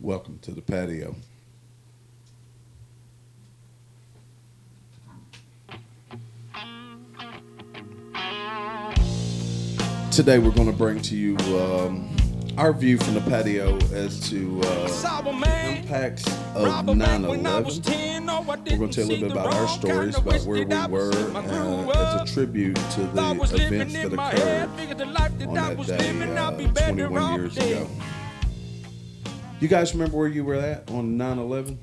Welcome to the patio. Today we're going to bring to you um, our view from the patio as to uh, Saw a man impacts rob a of 9 bank when I was 11. 10. No, I We're going didn't to tell a see little bit the about our wrong kind stories, of about where we wished I was were, in my groove. uh, as a tribute to I was the living events that in my head, occurred figured the life that on I that was day living, I'd be uh, better 21 off years dead. ago. You guys remember where you were at on 9 11?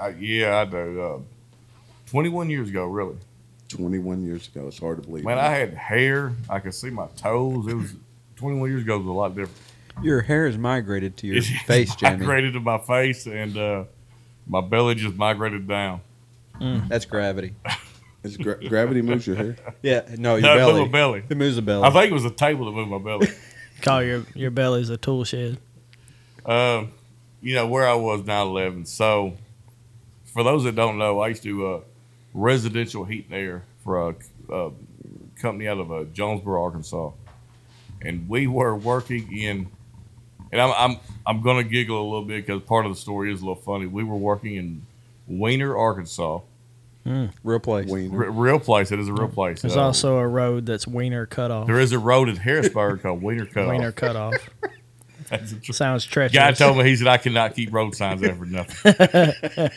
I, yeah, I do. Uh, 21 years ago, really. 21 years ago. It's hard to believe. Man, I had hair. I could see my toes. It was 21 years ago was a lot different. Your hair has migrated to your It face, Jamie. migrated to my face, and uh, my belly just migrated down. That's gravity. It's gra- gravity moves your hair. Yeah, no, your No, it belly. moved my belly. It moves the belly. I think it was the table that moved my belly. Call your your belly's a tool shed. um, you know where I was 9/11. So, for those that don't know, I used to uh, residential heat and air for a, a company out of uh, Jonesboro, Arkansas, and we were working in. And I'm I'm I'm gonna giggle a little bit because part of the story is a little funny. We were working in Wiener, Arkansas, Real place. R- Wiener. real place. It is a real place. There's Uh, also a road that's wiener cut off. there is a road in Harrisburg called Wiener Cut. Wiener cut off. That's a tr- Sounds Guy treacherous. told me he said I cannot keep road signs ever nothing.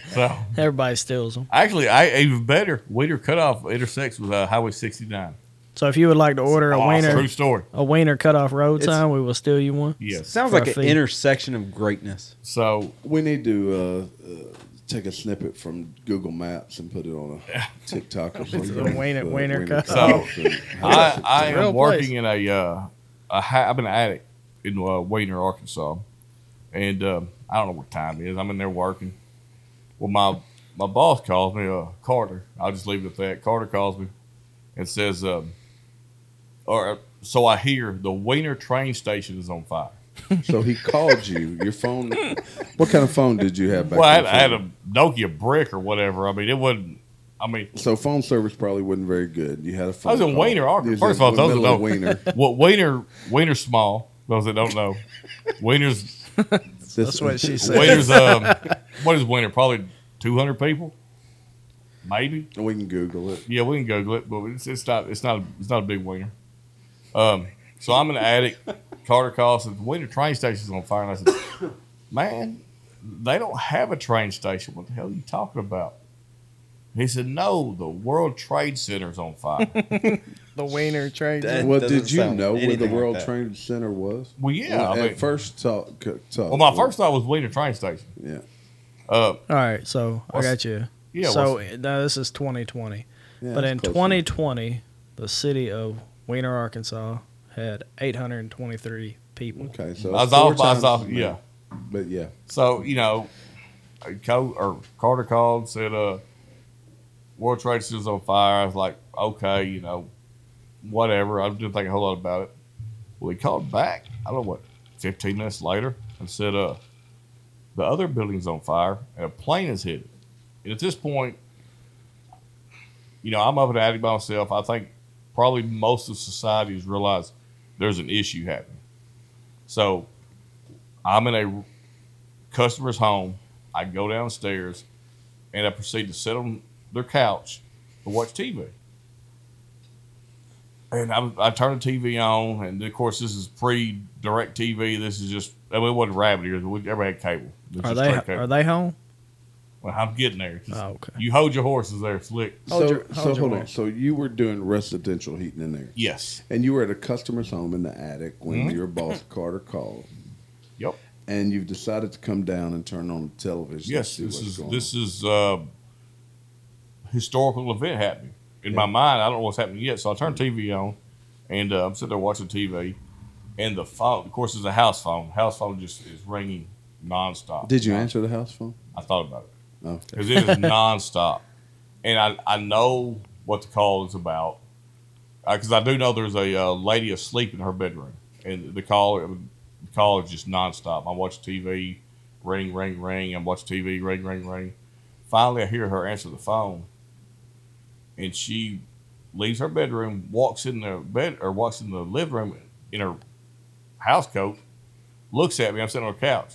so Everybody steals them. Actually, I even better. Wiener cutoff intersects with uh, Highway 69. So if you would like to order a Awesome. True wiener story. a wiener cut off road It's- sign, we will steal you one. Yes. Sounds For like a an fee. intersection of greatness. So We need to uh, uh, take a snippet from Google Maps and put it on a TikTok or something. Wiener- Uh, wiener cut off. and- I, I Real am place. working in a, uh, a ha- I'm an addict in uh, Wiener, Arkansas, and uh, I don't know what time it is. I'm in there working. Well, my my boss calls me, uh, Carter. I'll just leave it at that. Carter calls me and says, um, or so I hear the Wiener train station is on fire. so he called you. Your phone. What kind of phone did you have back Well, I had, then? I had a Nokia brick or whatever. I mean, it wasn't. I mean, So phone service probably wasn't very good. You had a phone. was in call. Wiener, Arkansas. You was First in of all, the those middle of don't- Wiener. Well, Wiener, Wiener's small. Those that don't know, Wiener's That's what she said. Wiener's um, what is Wiener? Probably two hundred people, maybe. We can Google it. Yeah, we can Google it, but it's, it's not it's not it's not a big Wiener. Um, so I'm an addict. Carter calls says Wiener train station's on fire, and I said, "Man, they don't have a train station. What the hell are you talking about?" He said, "No, the World Trade Center's on fire." The wiener train. That- Well, doesn't did you sound know where the anything like World that. Trade Center was? well, yeah. Well, I at mean, first talk, c- talk. well, my first thought was Wiener train station. Yeah. Uh, All right, so I What's- got you. yeah. so what's- now this is 2020. Yeah, but that's in close enough. 2020, the city of Wiener, Arkansas had 823 people. Okay, so I it's was off. four I was times off. as many. Yeah. but yeah, So you know, Co- or Carter called said, "Uh, World Trade Center's on fire." I was like, "Okay, you know, whatever." I didn't think a whole lot about it. Well, he called back. I don't know what. Fifteen minutes later, and said, "Uh, the other building's on fire, and a plane is hit." it." And at this point, you know, I'm up and attic by myself. I think probably most of society has realized there's an issue happening. So I'm in a customer's home. I go downstairs and I proceed to sit on their couch and watch TV. And I, I turn the TV on, and of course, this is pre direct TV. This is just, I mean, it wasn't rabbit ears, but we- everybody had cable. This Are is they straight cable. are they home? Well, I'm getting there. Just- Oh, okay. You hold your horses there, Flick. Hold so your- so hold your hold on. horse. So you were doing residential heating in there, Yes. and you were at a customer's home in the attic when Mhm. your boss Carter called, Yep. and you've decided to come down and turn on the television. to Yes. see This what's is going this is uh, historical event happening in Yeah. my mind. I don't know what's happening yet, so I turn TV on, and uh, I'm sitting there watching TV, and the phone. Of course, it's a house phone. House phone just is ringing nonstop. on. Did you answer the house phone? I thought about it. Okay. because it is nonstop, and I I know what the call is about because I do know there's a uh, lady asleep in her bedroom, and the call the call is just nonstop. I watch TV, ring ring ring. I watch TV, ring ring ring. Finally, I hear her answer the phone, and she leaves her bedroom, walks in the bed or walks in the living room in her house coat, looks at me. I'm sitting on the couch.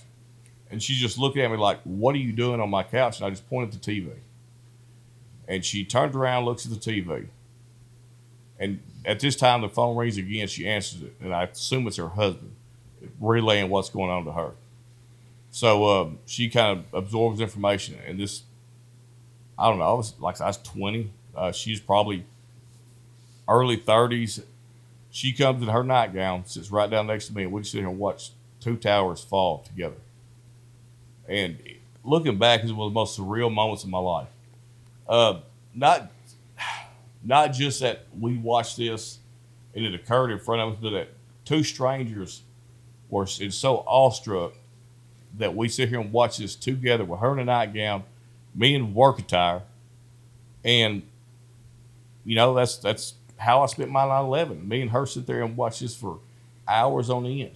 And she just looked at me like, What are you doing on my couch? And I just pointed at the TV. And she turned around, looks at the TV. And at this time, the phone rings again. She answers it. And I assume it's her husband relaying what's going on to her. So um, she kind of absorbs information. And this, I don't know, I was like, I was 20. Uh, she's probably early 30s. She comes in her nightgown, sits right down next to me, and we just sit here and watch two towers fall together. And looking back is one of the most surreal moments of my life. Uh, not, not just that we watched this and it occurred in front of us, but that two strangers were s- and so awestruck that we sit here and watch this together with her in a nightgown, me in work attire, and you know that's that's how I spent my 9/11. Me and her sit there and watch this for hours on end.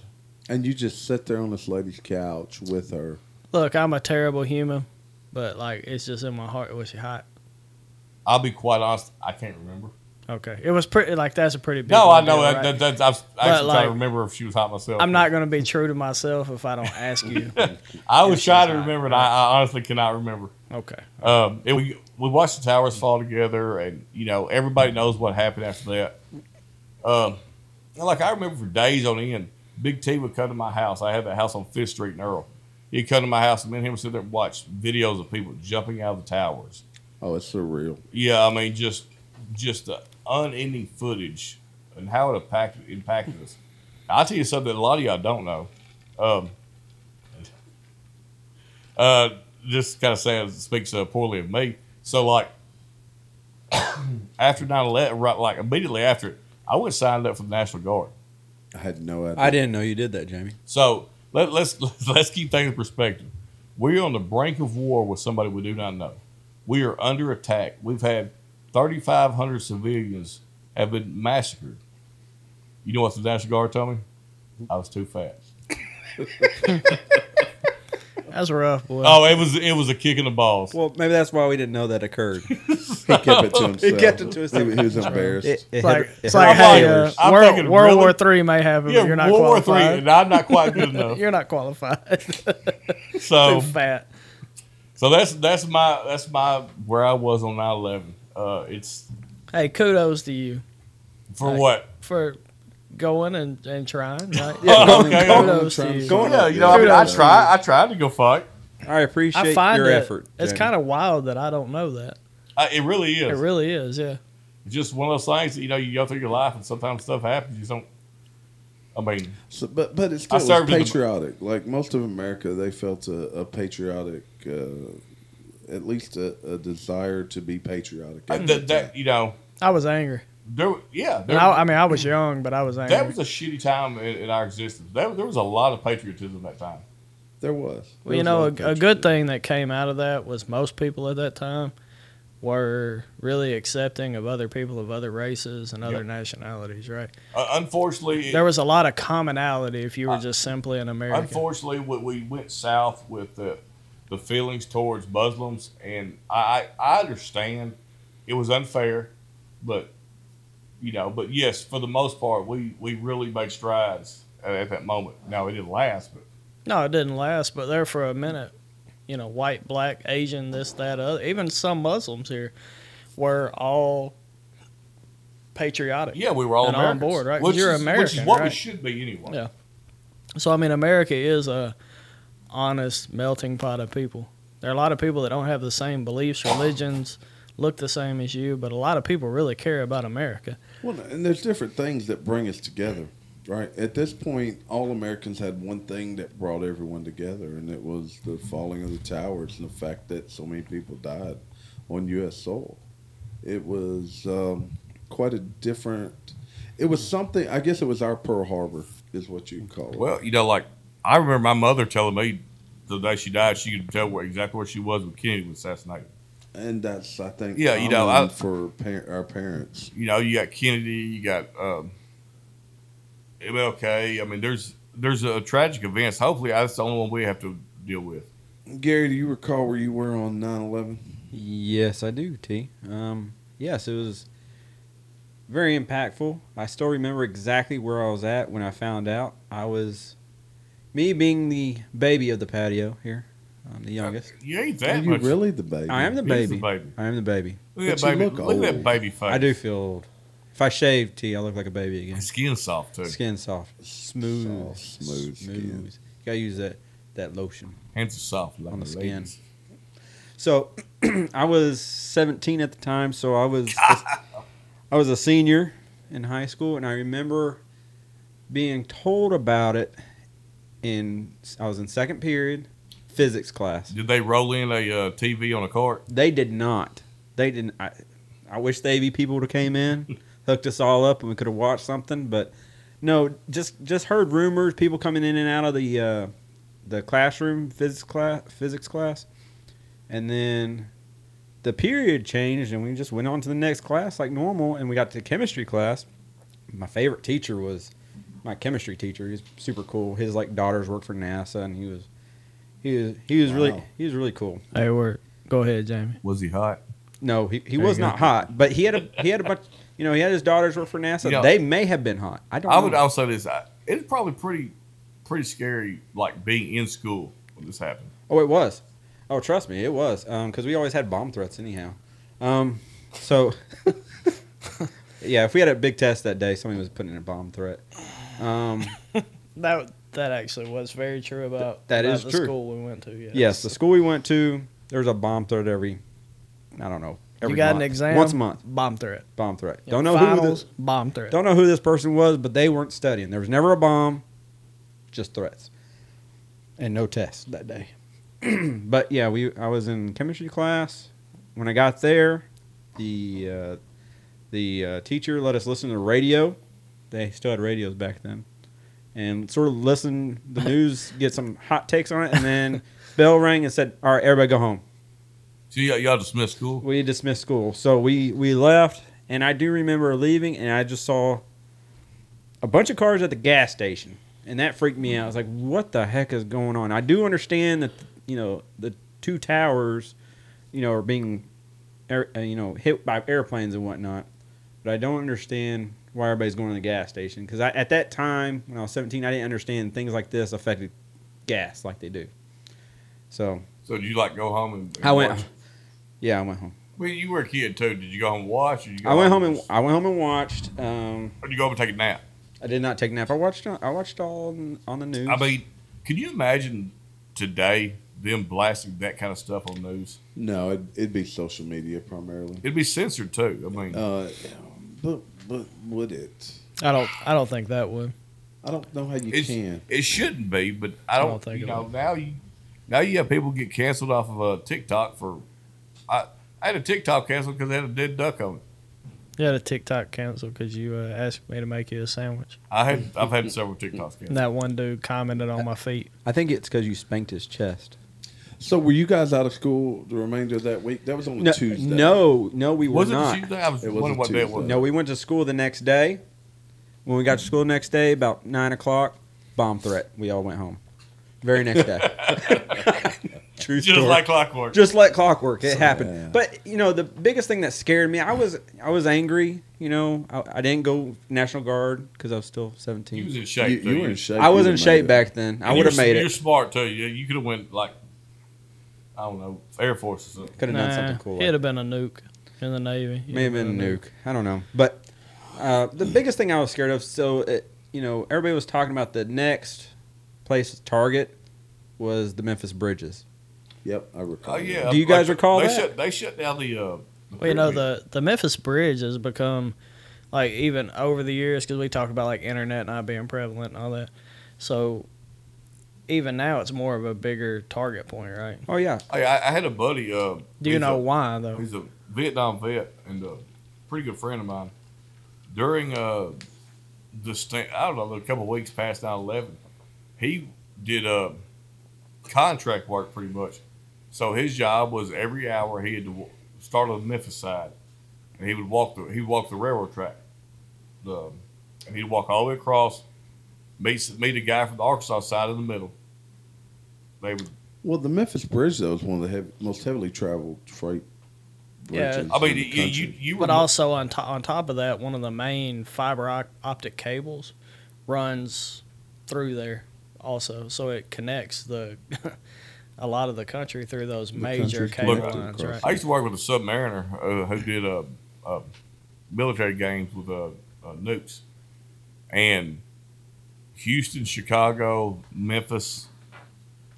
And you just sit there on this lady's couch with her. Look, I'm a terrible human, but like it's just in my heart. Was she hot? I'll be quite honest, I can't remember. Okay, it was pretty. Like that's a pretty big. No, I ordeal, know that, right? that, that, I was actually trying like, to remember if she was hot myself. I'm not gonna be true to myself if I don't ask you. I was trying if she was to hot, remember, and right. I, I honestly cannot remember. okay. Um, it, we we watched the towers fall together, and you know everybody knows what happened after that. Um, and, like I remember for days on end, Big T would come to my house. I had that house on Fifth Street in Earl. He'd come to my house, and me and him would sit there and watch videos of people jumping out of the towers. Oh, it's surreal. Yeah, I mean just just the unending footage and how it impacted impacted us. I'll tell you something that a lot of y'all don't know. Um, uh, this kind of sounds speaks uh, poorly of me. So like after 9-11, right, like immediately after it, I went and signed up for the National Guard. I had no idea. I didn't know you did that, Jamie. So let, let's let's keep things in perspective. We're on the brink of war with somebody we do not know. We are under attack. We've had 3,500 civilians have been massacred. You know what the National Guard told me? I was too fat. That's rough, boy. Oh, it was it was a kick in the balls. Well, maybe that's why we didn't know that occurred. He kept it to himself. He kept it to himself. He, he was embarrassed. It- it it's like, hit- it it's hit like I'm hey, like- uh, I'm World, thinking, World really? War Three may happen, yeah, but you're not World War Three, qualified. and I'm not quite good enough. You're not qualified. so Too fat. so that's that's my that's my where I was on 9/11. Uh, it's Hey, kudos to you for Okay. what? for going and, and trying. Right? Yeah, Oh, okay. Kudos to you. Going Yeah, up, you know, I, mean, I Kudos. try I tried to go fight. I appreciate uh, I find your that effort. it's Jamie. kind of wild that I don't know that. I, it really is. It really is, yeah. just one of those things that you know you go through your life and sometimes stuff happens. You just don't. I mean, So, but but it's still I it's served in the- patriotic. like most of America, they felt a, a patriotic, uh, at least a, a desire to be patriotic. at that, that time. that you know, I was angry. there. Yeah, And there, I, I mean, I was young, but I was angry. that was a shitty time in, in our existence. There, there was a lot of patriotism that time. there was. Well, you know, a, a good thing that came out of that was most people at that time were really accepting of other people of other races and other Yep. nationalities, right? Uh, unfortunately, it- There was a lot of commonality if you were just simply an American. unfortunately, we, we went south with the the feelings towards Muslims, and I I I understand it was unfair, but you know, but yes, for the most part, we we really made strides at, at that moment. Now it didn't last, but No, it didn't last, but there for a minute, you know, white, black, Asian, this, that, other, even some Muslims here were all patriotic. Yeah, we were all And on Americans. board, right? 'Cause Which you're is, which is American, what we right? should be anyway. Yeah. So I mean, America is a honest melting pot of people. There are a lot of people that don't have the same beliefs, religions, look the same as you, but a lot of people really care about America. Well, and there's different things that bring us together, right? At this point, all Americans had one thing that brought everyone together, and it was the falling of the towers and the fact that so many people died on U.S. soil. It was um, quite a different. It was something. I guess it was our Pearl Harbor, is what you can call it. Well, you know, like I remember my mother telling me the day she died, she could tell where exactly where she was when Kennedy was assassinated. and that's I think Yeah, you know, common I- for par- our parents. You know, you got Kennedy, you got um, MLK. I mean, there's there's a tragic events. Hopefully, that's the only one we have to deal with. Gary, do you recall where you were on 9-11? Yes, I do, T. Um, yes, it was very impactful. I still remember exactly where I was at when I found out. I was Me being the baby of the patio here, I'm the youngest. Uh, You ain't Are that you much. really the baby? I am the He's baby. the baby. I am the baby. Look at But that you baby. look Look, at that old. baby face. I do feel old. If I shave, T, I look like a baby again. Skin soft too. Skin soft, smooth, Soft, smooth skin. You gotta use that that lotion. Hands are soft like On the my skin. ladies. So I was 17 at the time, so I was I was a senior in high school, and I remember being told about it in I was in second period physics class. Did they roll in a uh, TV on a cart? They did not. They didn't. I, I wish the AV people would have came in, hooked us all up, and we could have watched something. But no, just just heard rumors. People coming in and out of the uh, the classroom, physics class, physics class, and then the period changed, and we just went on to the next class like normal. And we got to chemistry class. My favorite teacher was my chemistry teacher. He's super cool. His like daughters work for NASA, and he was he was he was really Wow. he was really cool. Hey, we're go ahead, Jamie. Was he hot? No, he, he There was you go. not hot, but he had a he had a bunch. You know, he had his daughters work for NASA. You know, they may have been hot. I don't. I would know. also this. I, it's probably pretty, pretty scary. Like being in school when this happened. Oh, it was. Oh, trust me, it was. Because we always had bomb threats anyhow. Um, so, yeah, if we had a big test that day, somebody was putting in a bomb threat. Um, That that actually was very true about That about is the true. school we went to. Yes. yes, the school we went to, there was a bomb threat every. I don't know. Every you got month. an exam once a month. Bomb threat. Bomb threat. You Don't know who finals, this, bomb threat. don't know who this person was, but they weren't studying. There was never a bomb, just threats, and no tests that day. but yeah, we I was in chemistry class. When I got there, the uh, the uh, teacher let us listen to the radio. They still had radios back then, and sort of listen the news, get some hot takes on it, and then bell rang and said, "All right, everybody go home." So y'all, y'all dismissed school. We dismissed school, so we we left, and I do remember leaving, and I just saw a bunch of cars at the gas station, and that freaked me out. I was like, "What the heck is going on?" I do understand that you know the two towers, you know, are being, air, uh, you know, hit by airplanes and whatnot, but I don't understand why everybody's going to the gas station because at that time when I was seventeen, I didn't understand things like this affected gas like they do. So So did you like go home and? and I watch? went, yeah, I went home. Well, you were a kid too. Did you go home and watch? Or did you go I went home and and I went home and watched. Um, or did you go home and take a nap? I did not take a nap. I watched. I watched all on- on the news. I mean, can you imagine today them blasting that kind of stuff on news? No, it'd, it'd be social media primarily. It'd be censored too. I mean, Uh, but but would it? I don't. I don't think that would. I don't know how you it's, can. it shouldn't be, but I don't, don't think you it know will. now you now you have people get canceled off of uh, TikTok for I I had a TikTok canceled because they had a dead duck on it. You had a TikTok cancel because you uh, asked me to make you a sandwich. I had I've had several TikToks And canceled. that one dude commented on my feet. I think it's because you spanked his chest. So were you guys out of school the remainder of that week? That was on a No, Tuesday. no, no, we were Was it not. Tuesday? I was It was wondering a what day it Tuesday. was. No, we went to school the next day. When we got to school the next day, about nine o'clock, bomb threat. We all went home. Very next day. True just like clockwork. just like clockwork it happened Yeah. but you know the biggest thing that scared me i was i was angry you know i, I didn't go national guard because i was still you 17 was in you, shape. you though. were in shape. i was You in would've shape made it. back then i And would have you're- made You're it smart too. You, you could have went like I don't know Air Force or something. could have done something cool He'd like have been a nuke in the Navy. May have been a nuke. I don't know. But uh, the biggest thing I was scared of, so it, you know, everybody was talking about the next place target was the Memphis bridges. Yep, I recall. Oh that. yeah. Do you guys recall they that? Shut, they shut down the. Uh, Well, you know the the Memphis Bridge has become like even over the years because we talked about like internet not being prevalent and all that. So even now it's more of a bigger target point, right? Oh yeah, I, I I had a buddy. Uh, Do you he's know a- why though? He's a Vietnam vet and a pretty good friend of mine. During uh, the st- I don't know, a couple of weeks past 9 11, he did uh, contract work pretty much. So his job was every hour he had to w- start on the Memphis side, and he would walk the he walked the railroad track, the, and he'd walk all the way across, meet meet a guy from the Arkansas side in the middle. They would Well, the Memphis Bridge though is one of the heav most heavily traveled freight Yeah. bridges. I mean in the you you, country. you were But also on top on top of that, one of the main fiber op- optic cables runs through there also, so it connects the a lot of the country through those The major country's cable connected lines, across. right? I used to work with a submariner uh, who did uh, uh, military games with uh, uh, nukes, and Houston, Chicago, Memphis,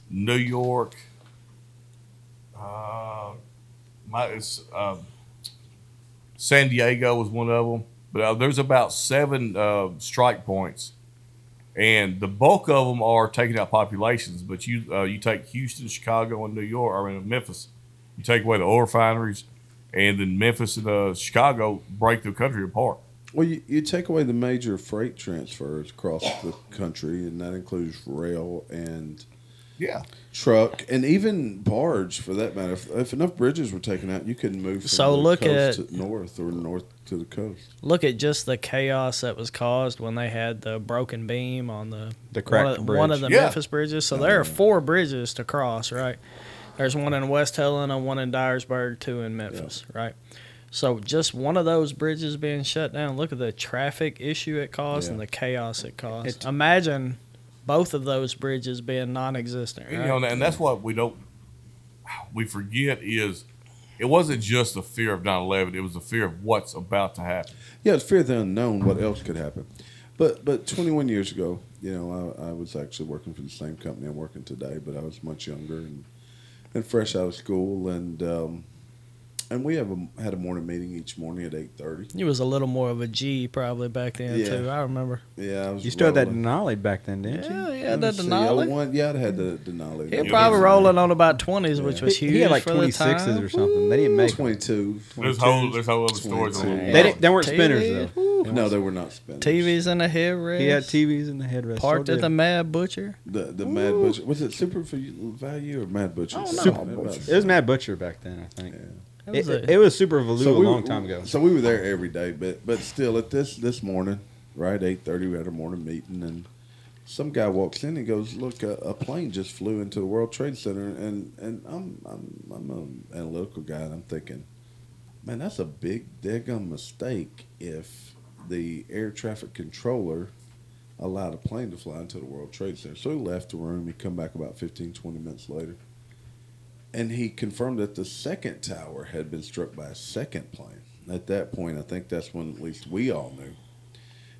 New York. Uh, my, it's, uh, San Diego was one of them, but uh, there's about seven uh, strike points, and the bulk of them are taking out populations. But you uh, you take Houston, Chicago, and New York, or in Memphis. You take away the oil refineries, and then Memphis and uh, Chicago break the country apart. Well, you, you take away the major freight transfers across the country, and that includes rail and Yeah, truck and even barge for that matter. If, if enough bridges were taken out, you couldn't move. From So the look coast at- to north or north to the coast. Look at just the chaos that was caused when they had the broken beam on the The one cracked of, bridge. one of the Yeah. Memphis bridges. So there are four bridges to cross, right? There's one in West Helena, one in Dyersburg, two in Memphis, right? So just one of those bridges being shut down. Look at the traffic issue it caused and Yeah. the chaos it caused. It- Imagine both of those bridges being non-existent. you right? know, and that's what we don't we forget is it wasn't just the fear of 9-11. It was the fear of what's about to happen. Yeah, it's fear of the unknown. What else could happen? But but 21 years ago, you know, I, I was actually working for the same company I'm working today, but I was much younger and and fresh out of school, and um, and we have a, had a morning meeting each morning at 8:30. You was a little more of a G probably back then Yeah. too. I remember. Yeah, I was. You still had that rolling. Denali back then, didn't you? Yeah, yeah, Let me that see, Denali. 01 Yeah, I had the Denali. He Yeah, probably was- rolling on about twenties, which Yeah. was He- huge. he had like for the 26s time. or something. They didn't make 'em. 22. There's 22, whole there's whole other stories. On 22. They, didn't, they weren't TV. spinners though. No, they were not spending. TVs in the headrest. He had TVs in the headrest. Parked so at the did- Mad Butcher. The the Mad Butcher was it Super Value or Mad Butcher? I don't know. Super Mad It was Mad Butcher back then, I think. It It, was it, a- was Super Value a we long were- time ago. So we were there every day, but but still at this this morning, right eight thirty, we had a morning meeting, and some guy walks in and goes, "Look, a, a plane just flew into the World Trade Center," and and I'm I'm I'm an analytical guy, and I'm thinking, man, that's a big diggum mistake if the air traffic controller allowed a plane to fly into the World Trade Center. So he left the room. He come back about 15, 20 minutes later. And he confirmed that the second tower had been struck by a second plane. At that point, I think that's when at least we all knew.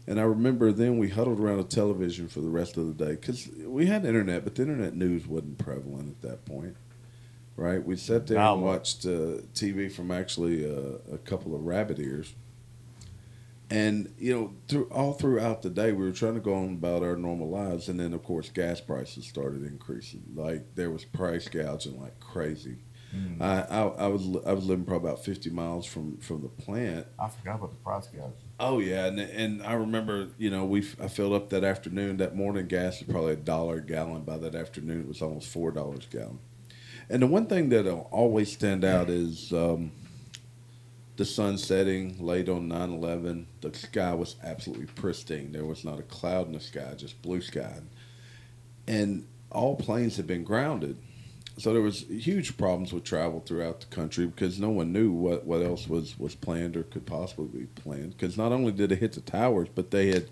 And I remember then we huddled around a television for the rest of the day because we had internet, but the internet news wasn't prevalent at that point, right? We sat there Now- and watched uh, TV from actually uh, a couple of rabbit ears. And you know, through all throughout the day, we were trying to go on about our normal lives, and then of course, gas prices started increasing. Like there was price gouging like crazy. I, I I was li- I was living probably about fifty miles from from the plant. I forgot about the price guys. Oh yeah, and and I remember you know we I filled up that afternoon. That morning, gas was probably a dollar a gallon. By that afternoon, it was almost four dollars a gallon. And the one thing that'll always stand out is um, the sun setting late on 9 11. The sky was absolutely pristine. There was not a cloud in the sky, just blue sky. And all planes had been grounded. So there was huge problems with travel throughout the country because no one knew what, what else was, was planned or could possibly be planned. Because not only did it hit the towers, but they had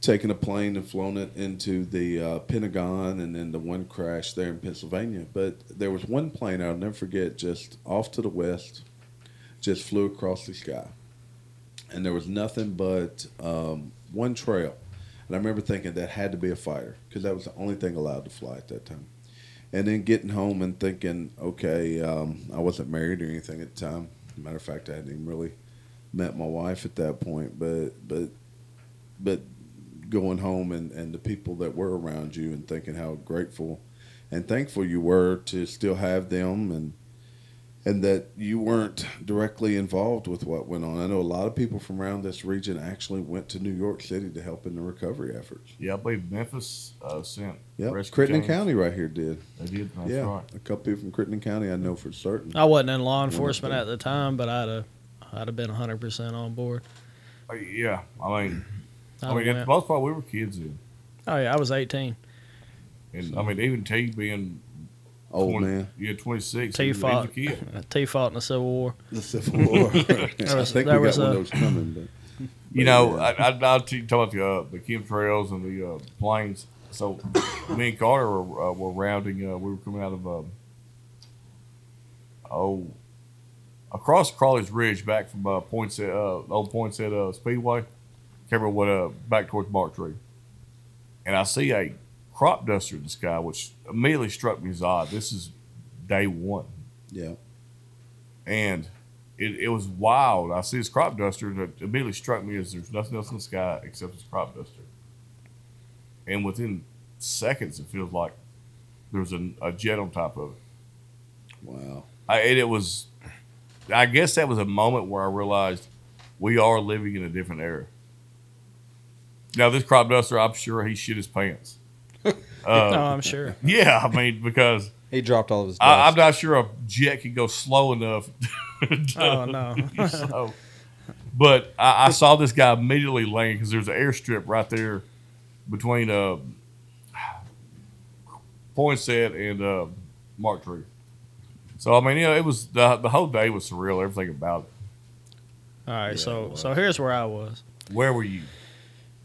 taken a plane and flown it into the uh, Pentagon and then the one crash there in Pennsylvania. But there was one plane I'll never forget, just off to the west, just flew across the sky, and there was nothing but um, one trail. And I remember thinking that had to be a fighter because that was the only thing allowed to fly at that time. And then getting home and thinking, okay, um, I wasn't married or anything at the time. Matter of fact, I hadn't even really met my wife at that point. But but but going home and, and the people that were around you and thinking how grateful and thankful you were to still have them and and that you weren't directly involved with what went on. I know a lot of people from around this region actually went to New York City to help in the recovery efforts. Yeah, I believe Memphis uh, sent Yep. rescue Crittenden teams. County right here did. They did. That's yeah. right. A couple people from Crittenden County I know for certain. I wasn't in law enforcement at the time, but I'd have, I'd have been hundred percent on board. Uh, yeah, I mean, I'd I have mean, at Oh, the went. most part, we were kids then, oh yeah, I was eighteen. and I mean, even T being Old 20 man. yeah, twenty six, he T was, he was a fought, kid. T fought in the Civil War. The Civil War. I think we was- got there one was of a- those coming. But, You know, I, I, I, I talk about the, uh, the chemtrails and the uh, planes. so me and Carter were, uh, were rounding. Uh, we were coming out of um, oh across Crawley's Ridge, back from uh, points at uh, old points at uh, Speedway. Can't remember what uh, back towards Mark Tree, and I see a crop duster in the sky, which immediately struck me as odd. This is day one Yeah. and it, it was wild. I see this crop duster, and it immediately struck me as there's nothing else in the sky except this crop duster. And within seconds, it feels like there's a, a jet on top of it. Wow. I, and it was, I guess that was a moment where I realized we are living in a different era. Now, this crop duster, I'm sure he shit his pants. no, Uh, I'm sure. yeah, I mean, because He dropped all of his. I, I'm dust. not sure a jet can go slow enough. to- Oh, no. so, but I, I saw this guy immediately landing because there's an airstrip right there between uh, Poinsett and uh, Mark Tree. So I mean, you know, it was the, the whole day was surreal. Everything about it. All right, Yeah, it so was. so here's where I was. Where were you?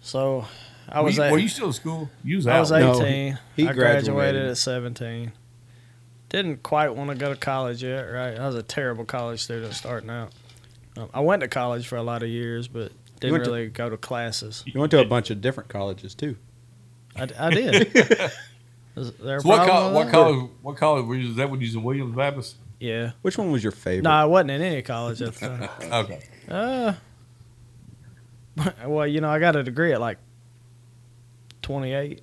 So I Were was you- at, were you still in school? You was out. I was No, 18. he I graduated. graduated at 17. Didn't quite want to go to college yet, right? I was a terrible college student starting out. Um, I went to college for a lot of years, but didn't went to- really go to classes. You went to a bunch of different colleges too. I, I did. Is there a So what, problem col- with what that? college? What college were you? Is that when you was in Williams Baptist? Yeah. Which one was your favorite? No, I wasn't in any college at the time. Okay. Uh, well, you know, I got a degree at like 28,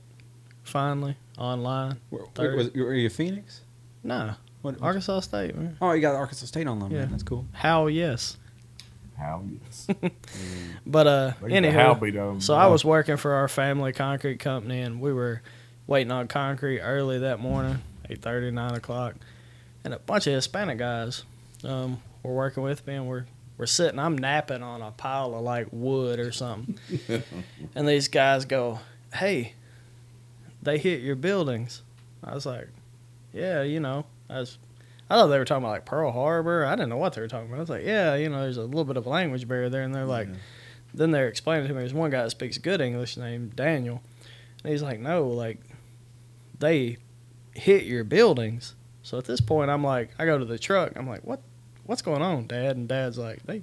finally, online. Where- Third. was- were you Phoenix? No, What, Arkansas State, man. oh, you got Arkansas State on loan. Yeah. Man. That's cool. How, yes. How? Yes. But, uh, How anyhow, beat on. so I was working for our family concrete company, and we were waiting on concrete early that morning, 8.30, 9 o'clock. And a bunch of Hispanic guys um, were working with me, and we're, we're sitting. I'm napping on a pile of, like, wood or something. And these guys go, Hey, they hit your buildings. I was like, Yeah, you know. I was I thought they were talking about like Pearl Harbor. I didn't know what they were talking about. I was like, Yeah, you know, there's a little bit of a language barrier there and they're like then they're explaining to me there's one guy that speaks good English named Daniel. And he's like, No, like they hit your buildings. So at this point I'm like I go to the truck, I'm like, What what's going on, Dad? And Dad's like, They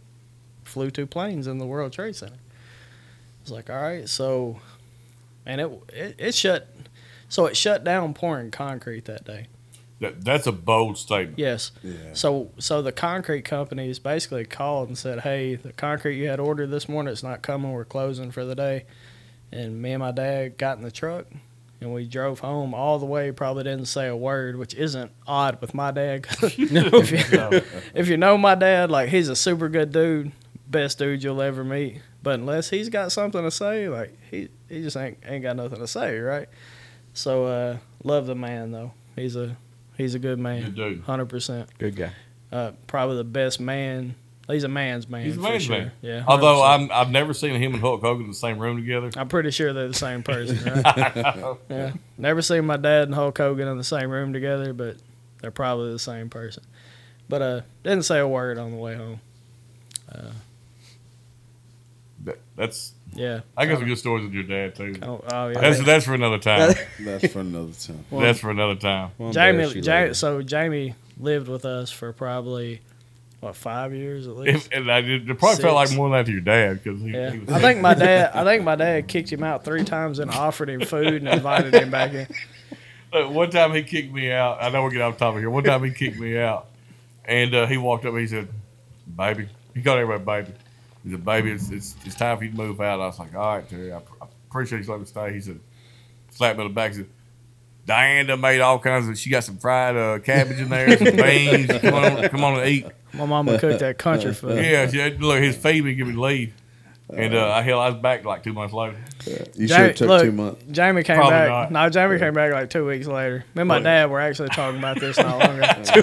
flew two planes in the World Trade Center. I was like, all right, so, and it, it it shut, so it shut down pouring concrete that day. That, that's a bold statement. Yes. Yeah. So so the concrete companies basically called and said, hey, the concrete you had ordered this morning, it's not coming. We're closing for the day. And me and my dad got in the truck and we drove home all the way. Probably didn't say a word, which isn't odd with my dad. 'cause if, you, if you know my dad, like he's a super good dude, best dude you'll ever meet. But unless he's got something to say, like he he just ain't ain't got nothing to say, right? So uh, love the man though. He's a he's a good man. Good dude. Hundred percent. Good guy. Uh, probably the best man. He's a man's man. He's a for man's sure. man. Yeah. Although 100%. I'm, I've never seen him and Hulk Hogan in the same room together. I'm pretty sure they're the same person. Right? yeah. Never seen my dad and Hulk Hogan in the same room together, but they're probably the same person. But uh, didn't say a word on the way home. That, that's Yeah. I got some good stories with your dad too. Oh, oh yeah. That's that's for another time. That's for another time. Well, that's for another time. we'll embarrass Jamie, you Ja- later. so Jamie lived with us for probably what five years at least. If, and I did, it probably felt like Six. more than that to your dad because he, yeah, he was. I think my dad. I think my dad kicked him out three times and offered him food and invited him back in. Look, one time he kicked me out. I know we're getting off topic here. One time he kicked me out, and uh, he walked up and he said, "Baby," he called everybody "baby." He said, "Baby, it's it's, it's time for you to move out." I was like, "All right, Terry, I, I appreciate you letting me stay." He said, slapped me on the back. He said, "Diane done made all kinds of. She got some fried uh, cabbage in there, some beans. Come on, come on and eat." My mama cooked that country food. Yeah, she, look, his feed would give me leave, and uh, I hell, I was back like two months later. You Ja- should have took look, two months. Jamie came Probably back. not. No, Jamie came back like two weeks later. Me and my Look. dad were actually talking about this not long ago.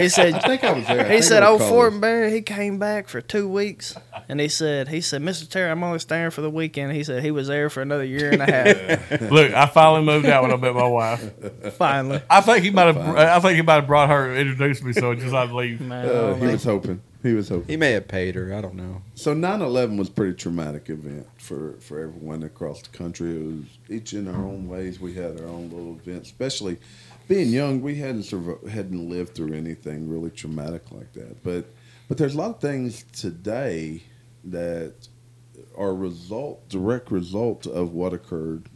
he said, I think I was there. I he think said, I "Oh, was Fort college. Barry, he came back for two weeks, and he said, he said, Mister Terry, I'm only staying for the weekend. He said he was there for another year and a half. Look, I finally moved out when I met my wife. Finally, I think he might have. I think he might have brought her, introduced me, so just I'd leave. man, Uh, oh, he was hoping. He was hoping. He may have paid her. I don't know. So 9/11 was a pretty traumatic event for for everyone across the country. It was each in our own ways. We had our own little event, especially being young. We hadn't survi- hadn't lived through anything really traumatic like that. But but there's a lot of things today that are result direct result of what occurred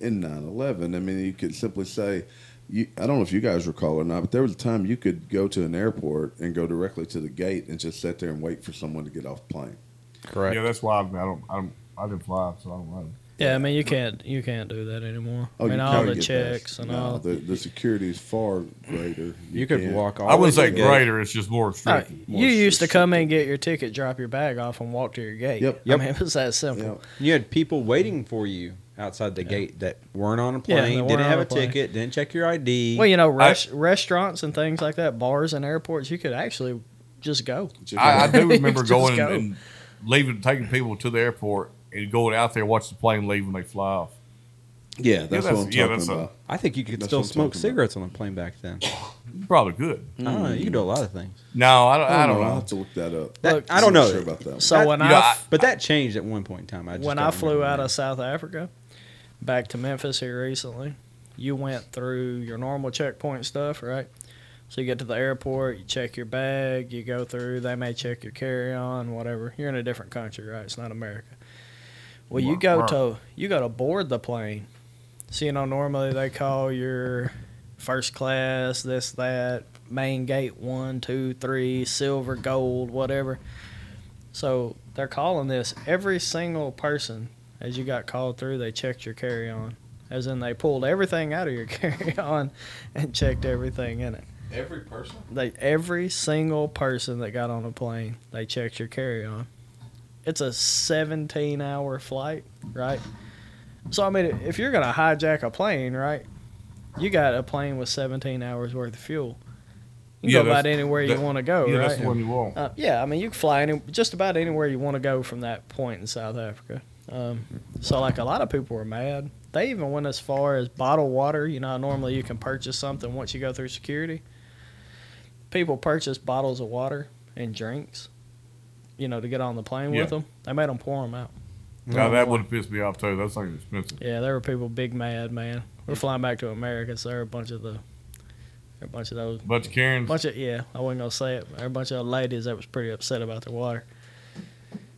in 9/11. I mean, you could simply say. You, I don't know if you guys recall or not, but there was a time you could go to an airport and go directly to the gate and just sit there and wait for someone to get off the plane. Correct. Yeah, that's why I, I don't. I don't. I didn't fly, so I don't know. Yeah, I mean you can't you can't do that anymore. I Oh, mean you all can the get checks past. and No, all. The, the security is far greater. You could can't- walk. All I wouldn't the way say to the gate. greater. It's just more All right, restricted. more you used to come in, restricted. get your ticket, drop your bag off, and walk to your gate. Yep. I Yep. mean it was that simple. Yep. You had people waiting for you outside the gate that weren't on a Yeah, they plane, weren't didn't on have a a plane. ticket, didn't check your ID. Well, you know, res- restaurants and things like that, bars and airports, you could actually just go. Just I, I walk. do remember Just going go. and, and leaving, taking people to the airport and going out there, watch the plane leave when they fly off. yeah, that's that's- what I'm yeah, talking that's a- about. I think you could That's still what I'm smoke talking about. cigarettes on a plane back then. Probably good. I don't know. You could do a lot of things. No, I don't. I I don't, don't, Oh, know. I'll know. have to look that up. That- Look, I don't I'm not know. sure about that. So That- when you I know, f- But that changed at one point in time. I just when don't I flew remember out when. of South Africa back to Memphis here recently, you went through your normal checkpoint stuff, right? So you get to the airport, you check your bag, you go through, they may check your carry on, whatever. You're in a different country, right? It's not America. Well you Right, go right. to you go to board the plane. So you know normally they call your first class, this, that, main gate one, two, three, silver, gold, whatever. So they're calling this every single person as you got called through, they checked your carry on. As in they pulled everything out of your carry on and checked everything in it. Every person. They every single person that got on a plane, they checked your carry on. It's a seventeen hour flight, right? So I mean if you're gonna hijack a plane, right? You got a plane with seventeen hours worth of fuel. You can Yeah, go about that's- anywhere that- you want to go, yeah, right? that's the one you want. Uh, yeah, I mean, you can fly any, just about anywhere you want to go from that point in South Africa. Um, so, like, a lot of people were mad. They even went as far as bottled water. You know, how normally you can purchase something once you go through security. People purchased bottles of water and drinks, you know, to get on the plane with Yeah. them. They made them pour them out. Now, that would have pissed me off too. That's like expensive. Yeah, there were people big mad, man. We're flying back to America, so there are a bunch of the, a bunch of those, Bunch of Karens. bunch of yeah, I wasn't gonna say it. But there were a bunch of ladies that was pretty upset about their water.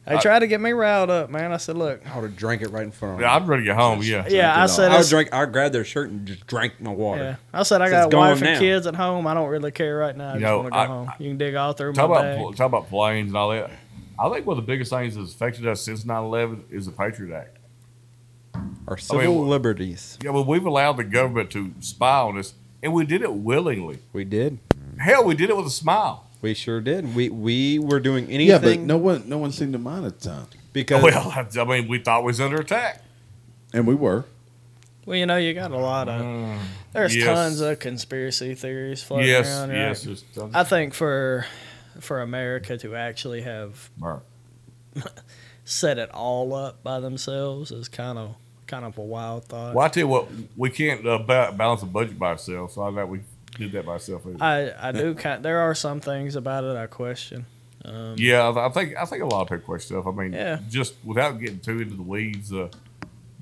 They I- tried to get me riled up, man. I said, look, I would have drank it right in front of yeah, them. I'd rather get home. Yeah. yeah, I it said, I would it's, drink. I grabbed their shirt and just drank my water. yeah, I said, I It's got a gone wife and now. kids at home. I don't really care right now. I You just know, want to go I- home. You can dig all through my Talk about bag. pl- talk about planes and all that. I think one of the biggest things that's affected us since 9-11 is the Patriot Act. Our civil wha- liberties. Yeah, well, we've allowed the government to spy on us, and we did it willingly. We did. Hell, we did it with a smile. We sure did. We we were doing anything Yeah, but no Oh, one no one seemed to mind at the time, because Well, I mean, we thought we was under attack. and we were. Well, you know, you got a lot of there's Mm, yes. tons of conspiracy theories floating yes, around. Right? yes. there's tons I think for for America to actually have Right. set it all up by themselves is kind of kind of a wild thought. Well, I tell you what, we can't uh, ba- balance a budget by ourselves, so I thought we did that by ourselves. either. I I do kind. There are some things about it I question. Um, yeah, I, th- I think I think a lot of people question stuff. I mean, Yeah. just without getting too into the weeds, uh,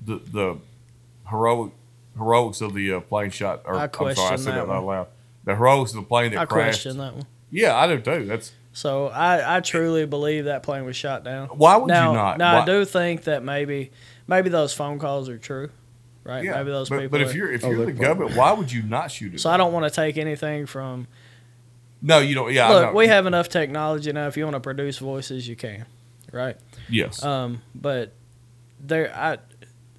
the the heroic heroics of the uh, plane shot. Or, I am sorry, I question said that that out one. loud. The heroics of the plane that I crashed. question that one. Yeah, I do too. That's So I, I truly believe that plane was shot down. why would now, you not? now Why- I do think that maybe maybe those phone calls are true, right? Yeah, maybe those but, people. But if are- you're if Oh, you're they the probably- government, why would you not shoot it? so I don't want to take anything from. No, you don't. Yeah, I Look, know. we have enough technology now. If you want to produce voices, you can, right? yes. Um, but there, I,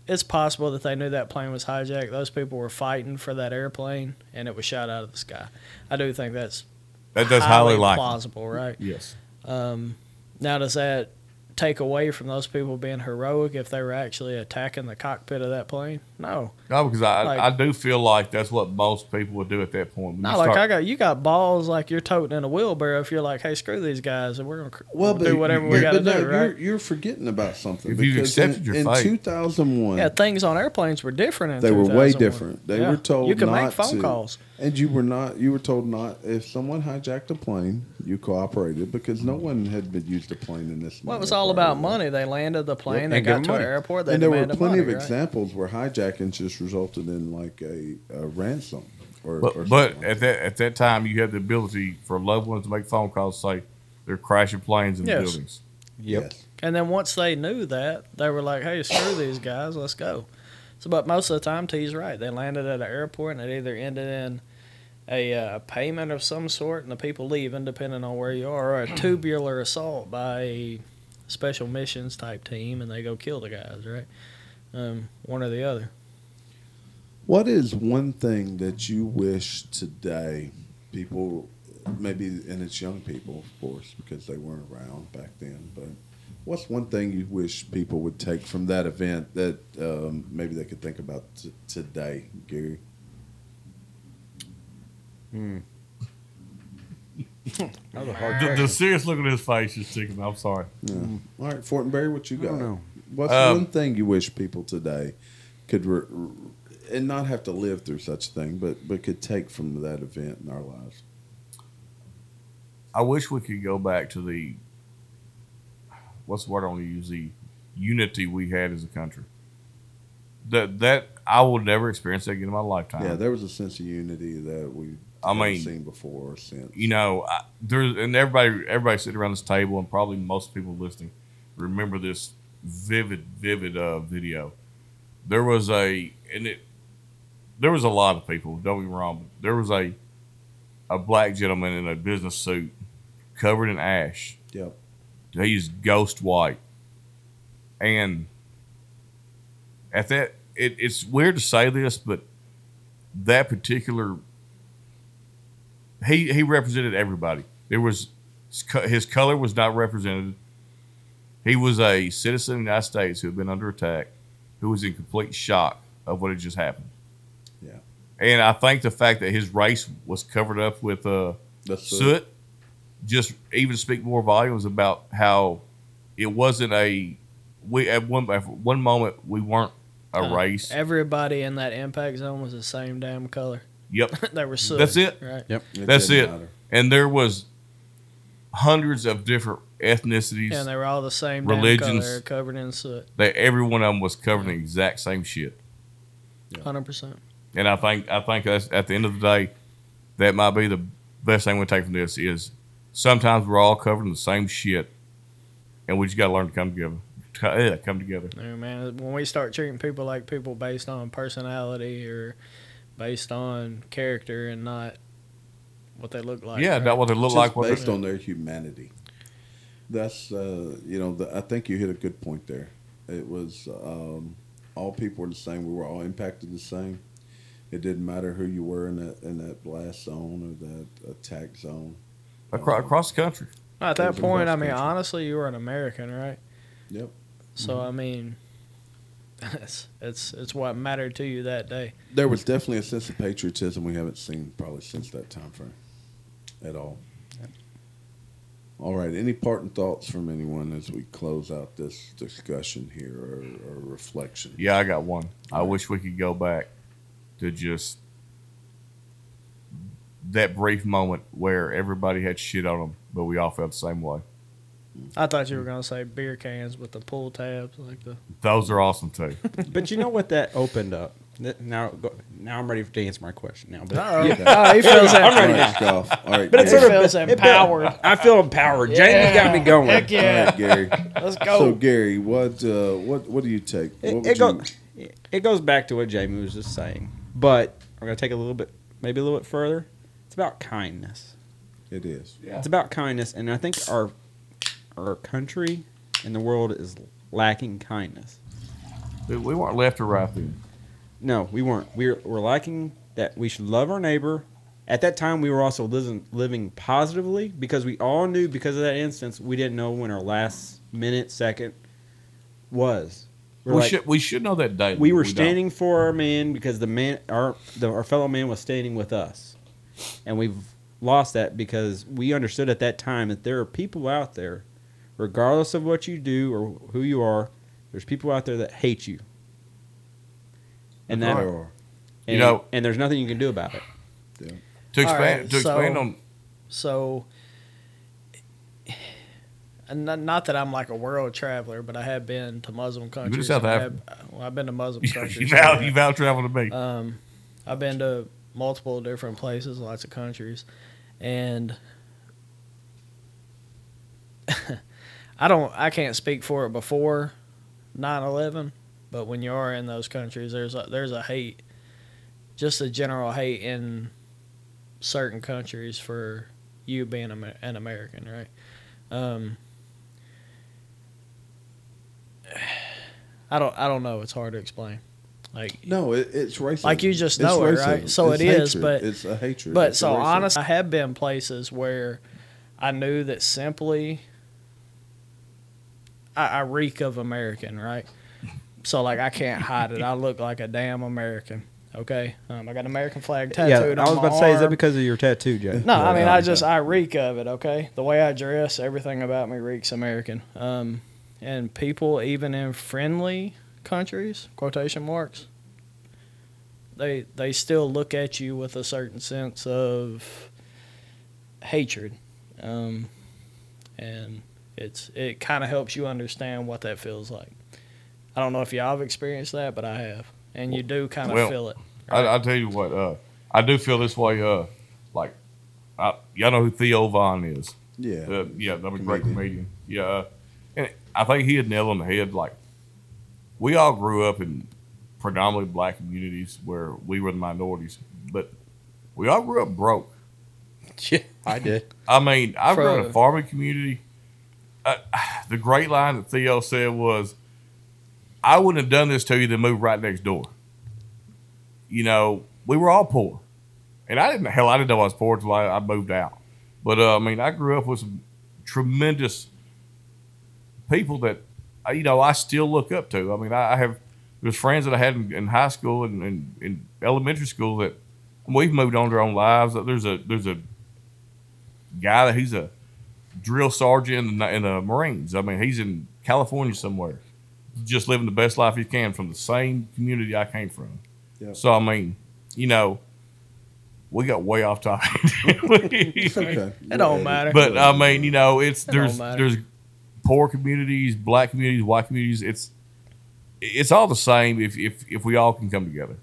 it's possible that they knew that plane was hijacked. Those people were fighting for that airplane, and it was shot out of the sky. I do think that's that does highly, likely. plausible, right? Yes. Um, now, does that take away from those people being heroic if they were actually attacking the cockpit of that plane? No, No, because I Like- I do feel like that's what most people would do at that point. When not you like start- I got you got balls like you're toting in a wheelbarrow. If you're like, hey, screw these guys, and we're gonna cr- Well, but do whatever we but got to no, do, right? You're, you're forgetting about something. If you've because accepted in, your in fate. 2001, Yeah, things on airplanes were different. In they were way 2001. different. They Yeah. were told you could not make phone to. calls. and you were not. You were told not. If someone hijacked a plane, you cooperated because no one had been used a plane in this. Well, it was manner all prior about to that. money. They landed the plane. and they give got them to an money. airport. They And there were demanded plenty money, of right? examples where hijackings just resulted in like a, a ransom. Or, or But, something but like at that at that time, you had the ability for loved ones to make phone calls, say they're crashing planes in the Yes. buildings. Yep. Yes. And then once they knew that, they were like, "Hey, screw these guys, let's go." So, but most of the time, T's right. They landed at an airport, and it either ended in a uh, payment of some sort, and the people leaving, depending on where you are, or a tubular assault by a special missions type team, and they go kill the guys, right? Um, one or the other. What is one thing that you wish today people, maybe, and it's young people, of course, because they weren't around back then, but what's one thing you wish people would take from that event that um, maybe they could think about t- today, Gary? That was a hard The, question. the serious look on his face is ticking. I'm sorry. All right, Fortenberry, what you I got? don't know. What's Um, one thing you wish people today could, re- re- and not have to live through such a thing, but, but could take from that event in our lives? I wish we could go back to the what's the word I want to use the unity we had as a country. That that I will never experience that again in my lifetime. Yeah, there was a sense of unity that we Uh-huh. I haven't mean, seen before or since. you know, I, there's and everybody everybody sitting around this table and probably most people listening remember this vivid vivid uh, video. There was a and it there was a lot of people. Don't be wrong. But there was a a black gentleman in a business suit covered in ash. Yep. He's ghost white, and at that it, it's weird to say this, but that particular he he represented everybody. There was his co- his color was not represented. He was a citizen of the United States who had been under attack, who was in complete shock of what had just happened. Yeah. and I think the fact that his race was covered up with uh, That's the- soot just even speak more volumes about how it wasn't a we at one at one moment we weren't a Uh, race. Everybody in that impact zone was the same damn color. Yep, they were soot. that's it. Right. It That's didn't it. matter. And there was hundreds of different ethnicities. Yeah, and they were all the same damn Religions. color, covered in soot. that every one of them was covering the exact same shit. Hundred percent. And I think I think that's, at the end of the day, that might be the best thing we take from this is sometimes we're all covered in the same shit, and we just got to learn to come together. Co- yeah, Come together. No man, when we start treating people like people based on personality or based on character and not what they look like. yeah, right? not what they look Just like. What based they, on their humanity. That's uh, you know, the, I think you hit a good point there. It was um, all people were the same. We were all impacted the same. It didn't matter who you were in that in that blast zone or that attack zone. across, across the country. At that Things point, I across mean, country. honestly, you were an American, right? Yep. So Mm-hmm. I mean, it's it's it's what mattered to you that day. There was definitely a sense of patriotism we haven't seen probably since that time frame at all. All right. Any parting thoughts from anyone as we close out this discussion here or, or reflection? Yeah, I got one. I wish we could go back to just that brief moment where everybody had shit on them, but we all felt the same way. I thought you were gonna say beer cans with the pull tabs, like the Those are awesome too. But you know what that opened up? That- Now, go- now I'm ready to answer my question. Now, but Okay. Oh, he feels All right, that. Golf. All right, But it's Gary. sort He of- feels empowered. I feel empowered. Jamie got me going. Heck All yeah, right, Gary. So, let's go. Gary, what uh, what what do you take? What It, would it, you- go, it- it goes back to what Jamie was just saying, but we're going to take it a little bit, maybe a little bit further. It's about kindness. it is. It's about kindness, and I think our our country and the world is lacking kindness. We we weren't left or right then. No, we weren't. We're we're lacking that we should love our neighbor. At that time, we were also living, living positively because we all knew because of that instance we didn't know when our last minute second was. We're we like- should we should know that daily. we were don't. standing for our man because the man our the, our fellow man was standing with us and we've lost that because we understood at that time that there are people out there regardless of what you do or who you are there's people out there that hate you and that Probably and, are. You know- and there's nothing you can do about it to expand right, to expand so- on. So, and not, not that I'm like a world traveler, but I have been to Muslim countries. South I Africa. have- well, I've been to Muslim You countries. now you've out traveled to me. Um, I've been to multiple different places, lots of countries, and I don't, I can't speak for it before 9/11, but when you are in those countries, there's a, there's a hate, just a general hate in certain countries for you being Amer- an American, right? Um, I don't, I don't know. It's hard to explain. Like No, it, it's racism. Like you just It's know it, right? racism. So it's it is, hatred. but- it's a hatred. But It's so a racism. honestly, I have been places where I knew that simply I, I reek of American, right? So like I can't hide it. I look like a damn American. Okay, um, I got an American flag tattooed. yeah i on was my about to say is that arm. because of your tattoo jay No, I mean I just I reek of it. Okay, the way I dress, everything about me reeks American. Um, and people even in friendly countries quotation marks, they they still look at you with a certain sense of hatred, um, and it's it kind of helps you understand what that feels like. I don't know if y'all have experienced that, but I have, and you do kind of Well, feel it. I, I tell you what, uh, I do feel this way. Uh, like, I, y'all know who Theo Vaughn is? yeah, Uh, yeah, that was a great Comedian. comedian. Yeah, uh, and I think he had nailed on the head. Like, we all grew up in predominantly black communities where we were the minorities, but we all grew up broke. yeah i did I mean, I grew up in Frodo. a farming community. Uh, the great line that Theo said was, "I wouldn't have done this to you to move right next door." You know, we were all poor, and I didn't. Hell, I didn't know I was poor until I, I moved out. But uh, I mean, I grew up with some tremendous people that uh, you know I still look up to. I mean, I, I have there's friends that I had in, in high school and in, in elementary school that we've moved on to our own lives. Uh, There's a there's a guy that he's a drill sergeant in the, in the Marines. I mean, he's in California somewhere, just living the best life he can from the same community I came from. Yep. So I mean, you know, we got way off topic. okay. It don't matter. But I mean, you know, it's It there's don't matter. there's poor communities, black communities, white communities. It's it's all the same if if if we all can come together.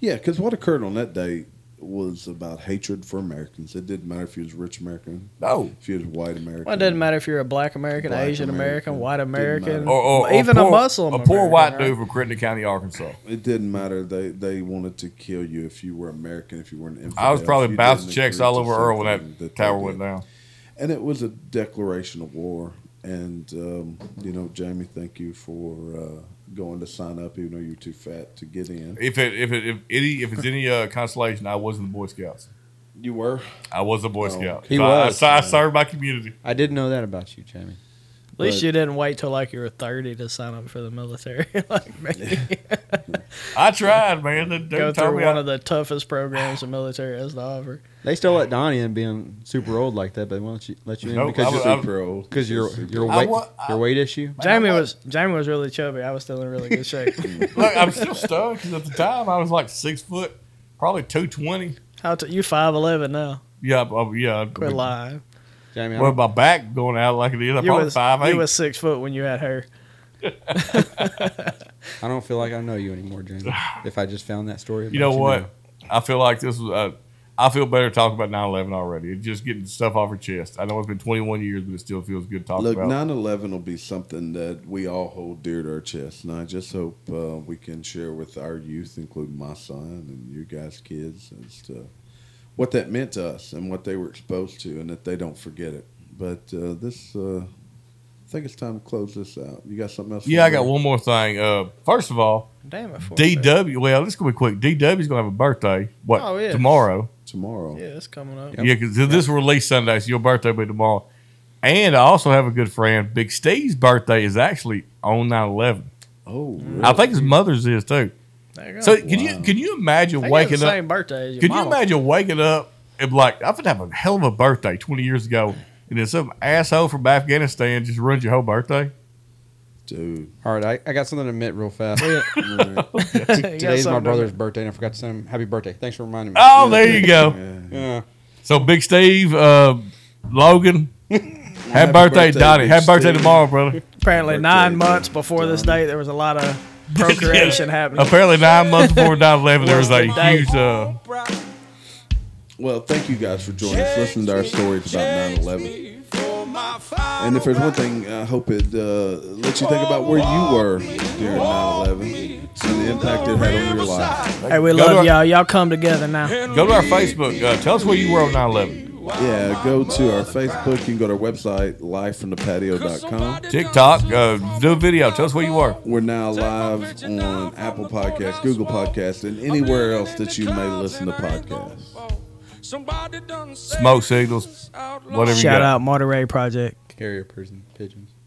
Yeah, because what occurred on that day was about hatred for Americans. It didn't matter if you was rich American, No, if you was white American. Well, it doesn't matter if you're a black American, Black Asian American, American. white Didn't American, matter. or, or, or even poor- a Muslim. a poor American, white right? dude from Crittenden County, Arkansas. It didn't matter. They they wanted to kill you if you were American. If you were an infidel, I was if probably you bouncing didn't checks agree all to over Earl when something that they tower did. went down. and it was a declaration of war. And um, you know, Jamie, thank you for uh, going to sign up, even though you're too fat to get in. If it if it if any if it's any uh, consolation, I was in the Boy Scouts. You were. I was a Boy Oh, Scout. He So I- was. so I, served my community. i didn't know that about you jamie At least But- you didn't wait till like you were 30 to sign up for the military, like me. I tried, man. The dude Go told through me one I- of the toughest programs the military has to offer. they still let donnie in being super old like that but they won't you, let you in Nope, I because was- you're I'm- super old. because your Super your I weight wa- I- your weight issue. Jamie was Jamie was really chubby. I was still in really good shape. Look, I'm still stunned because at the time I was like six foot, probably two twenty. How t- you 5'11 now? Yeah, I- yeah. Quit lying. Jamie, Well, my back going out like it is. I'm You probably was, five eight. you was six foot when you had hair. I don't feel like I know you anymore, Jamie. If I just found that story, you about know what? now. I feel like this was. Uh, I feel better talking about 9-11 already. It's just getting stuff off your chest. I know it's been 21 years, but it still feels good talking Look, about. 9 11 will be something that we all hold dear to our chest. And I just hope uh, we can share with our youth, including my son and you guys' kids, as to what that meant to us and what they were exposed to and that they don't forget it. But uh, this, uh, I think it's time to close this out. You got something else? yeah, for I got me? one more thing. Uh, first of all, Damn it. for it. DW. Well, this is gonna be quick. DW's gonna have a birthday. What Oh, yeah. tomorrow? Tomorrow. Yeah, it's coming up. Yeah, because this release Sunday, so your birthday will be tomorrow. And I also have a good friend. Big Steve's birthday is actually on 9 11. Oh, really? Mm. I think his mother's is too. There you go. So They can Wow. you can you imagine got waking the up? same birthday as your Could mama. you imagine waking up and be like, I've been having a hell of a birthday 20 years ago, and then some asshole from Afghanistan just ruins your whole birthday? dude. All right, I, I got something to admit real fast. Right. You got Today's my something to- brother's birthday, and I forgot to send him happy birthday. Thanks for reminding me. Oh, there you go. Yeah. Yeah. So, Big Steve, uh, Logan, happy birthday, birthday, Donnie. Big Happy birthday Steve. tomorrow, brother. Apparently, Birthday, nine yeah. months before this date, there was a lot of procreation happening. Apparently, nine months before 9 11, there was a What's the date? huge. Uh, Well, thank you guys for joining us. Listen to our stories about 9 11. And if there's one thing, I hope it uh, lets you think about where you were during 9 11 and the impact it had on your life. Hey, we Go to love our- y'all. Y'all come together now. go to our Facebook. Uh, tell us where you were on 9 11. Yeah, go to our Facebook. You can go to our website, livefromthepatio.com. TikTok, uh, do a video. Tell us where you were. We're now live on Apple Podcasts, Google Podcasts, and anywhere else that you may listen to podcasts. Smoke signals, whatever you Shout got. out Monterey Project. Carrier prison pigeons.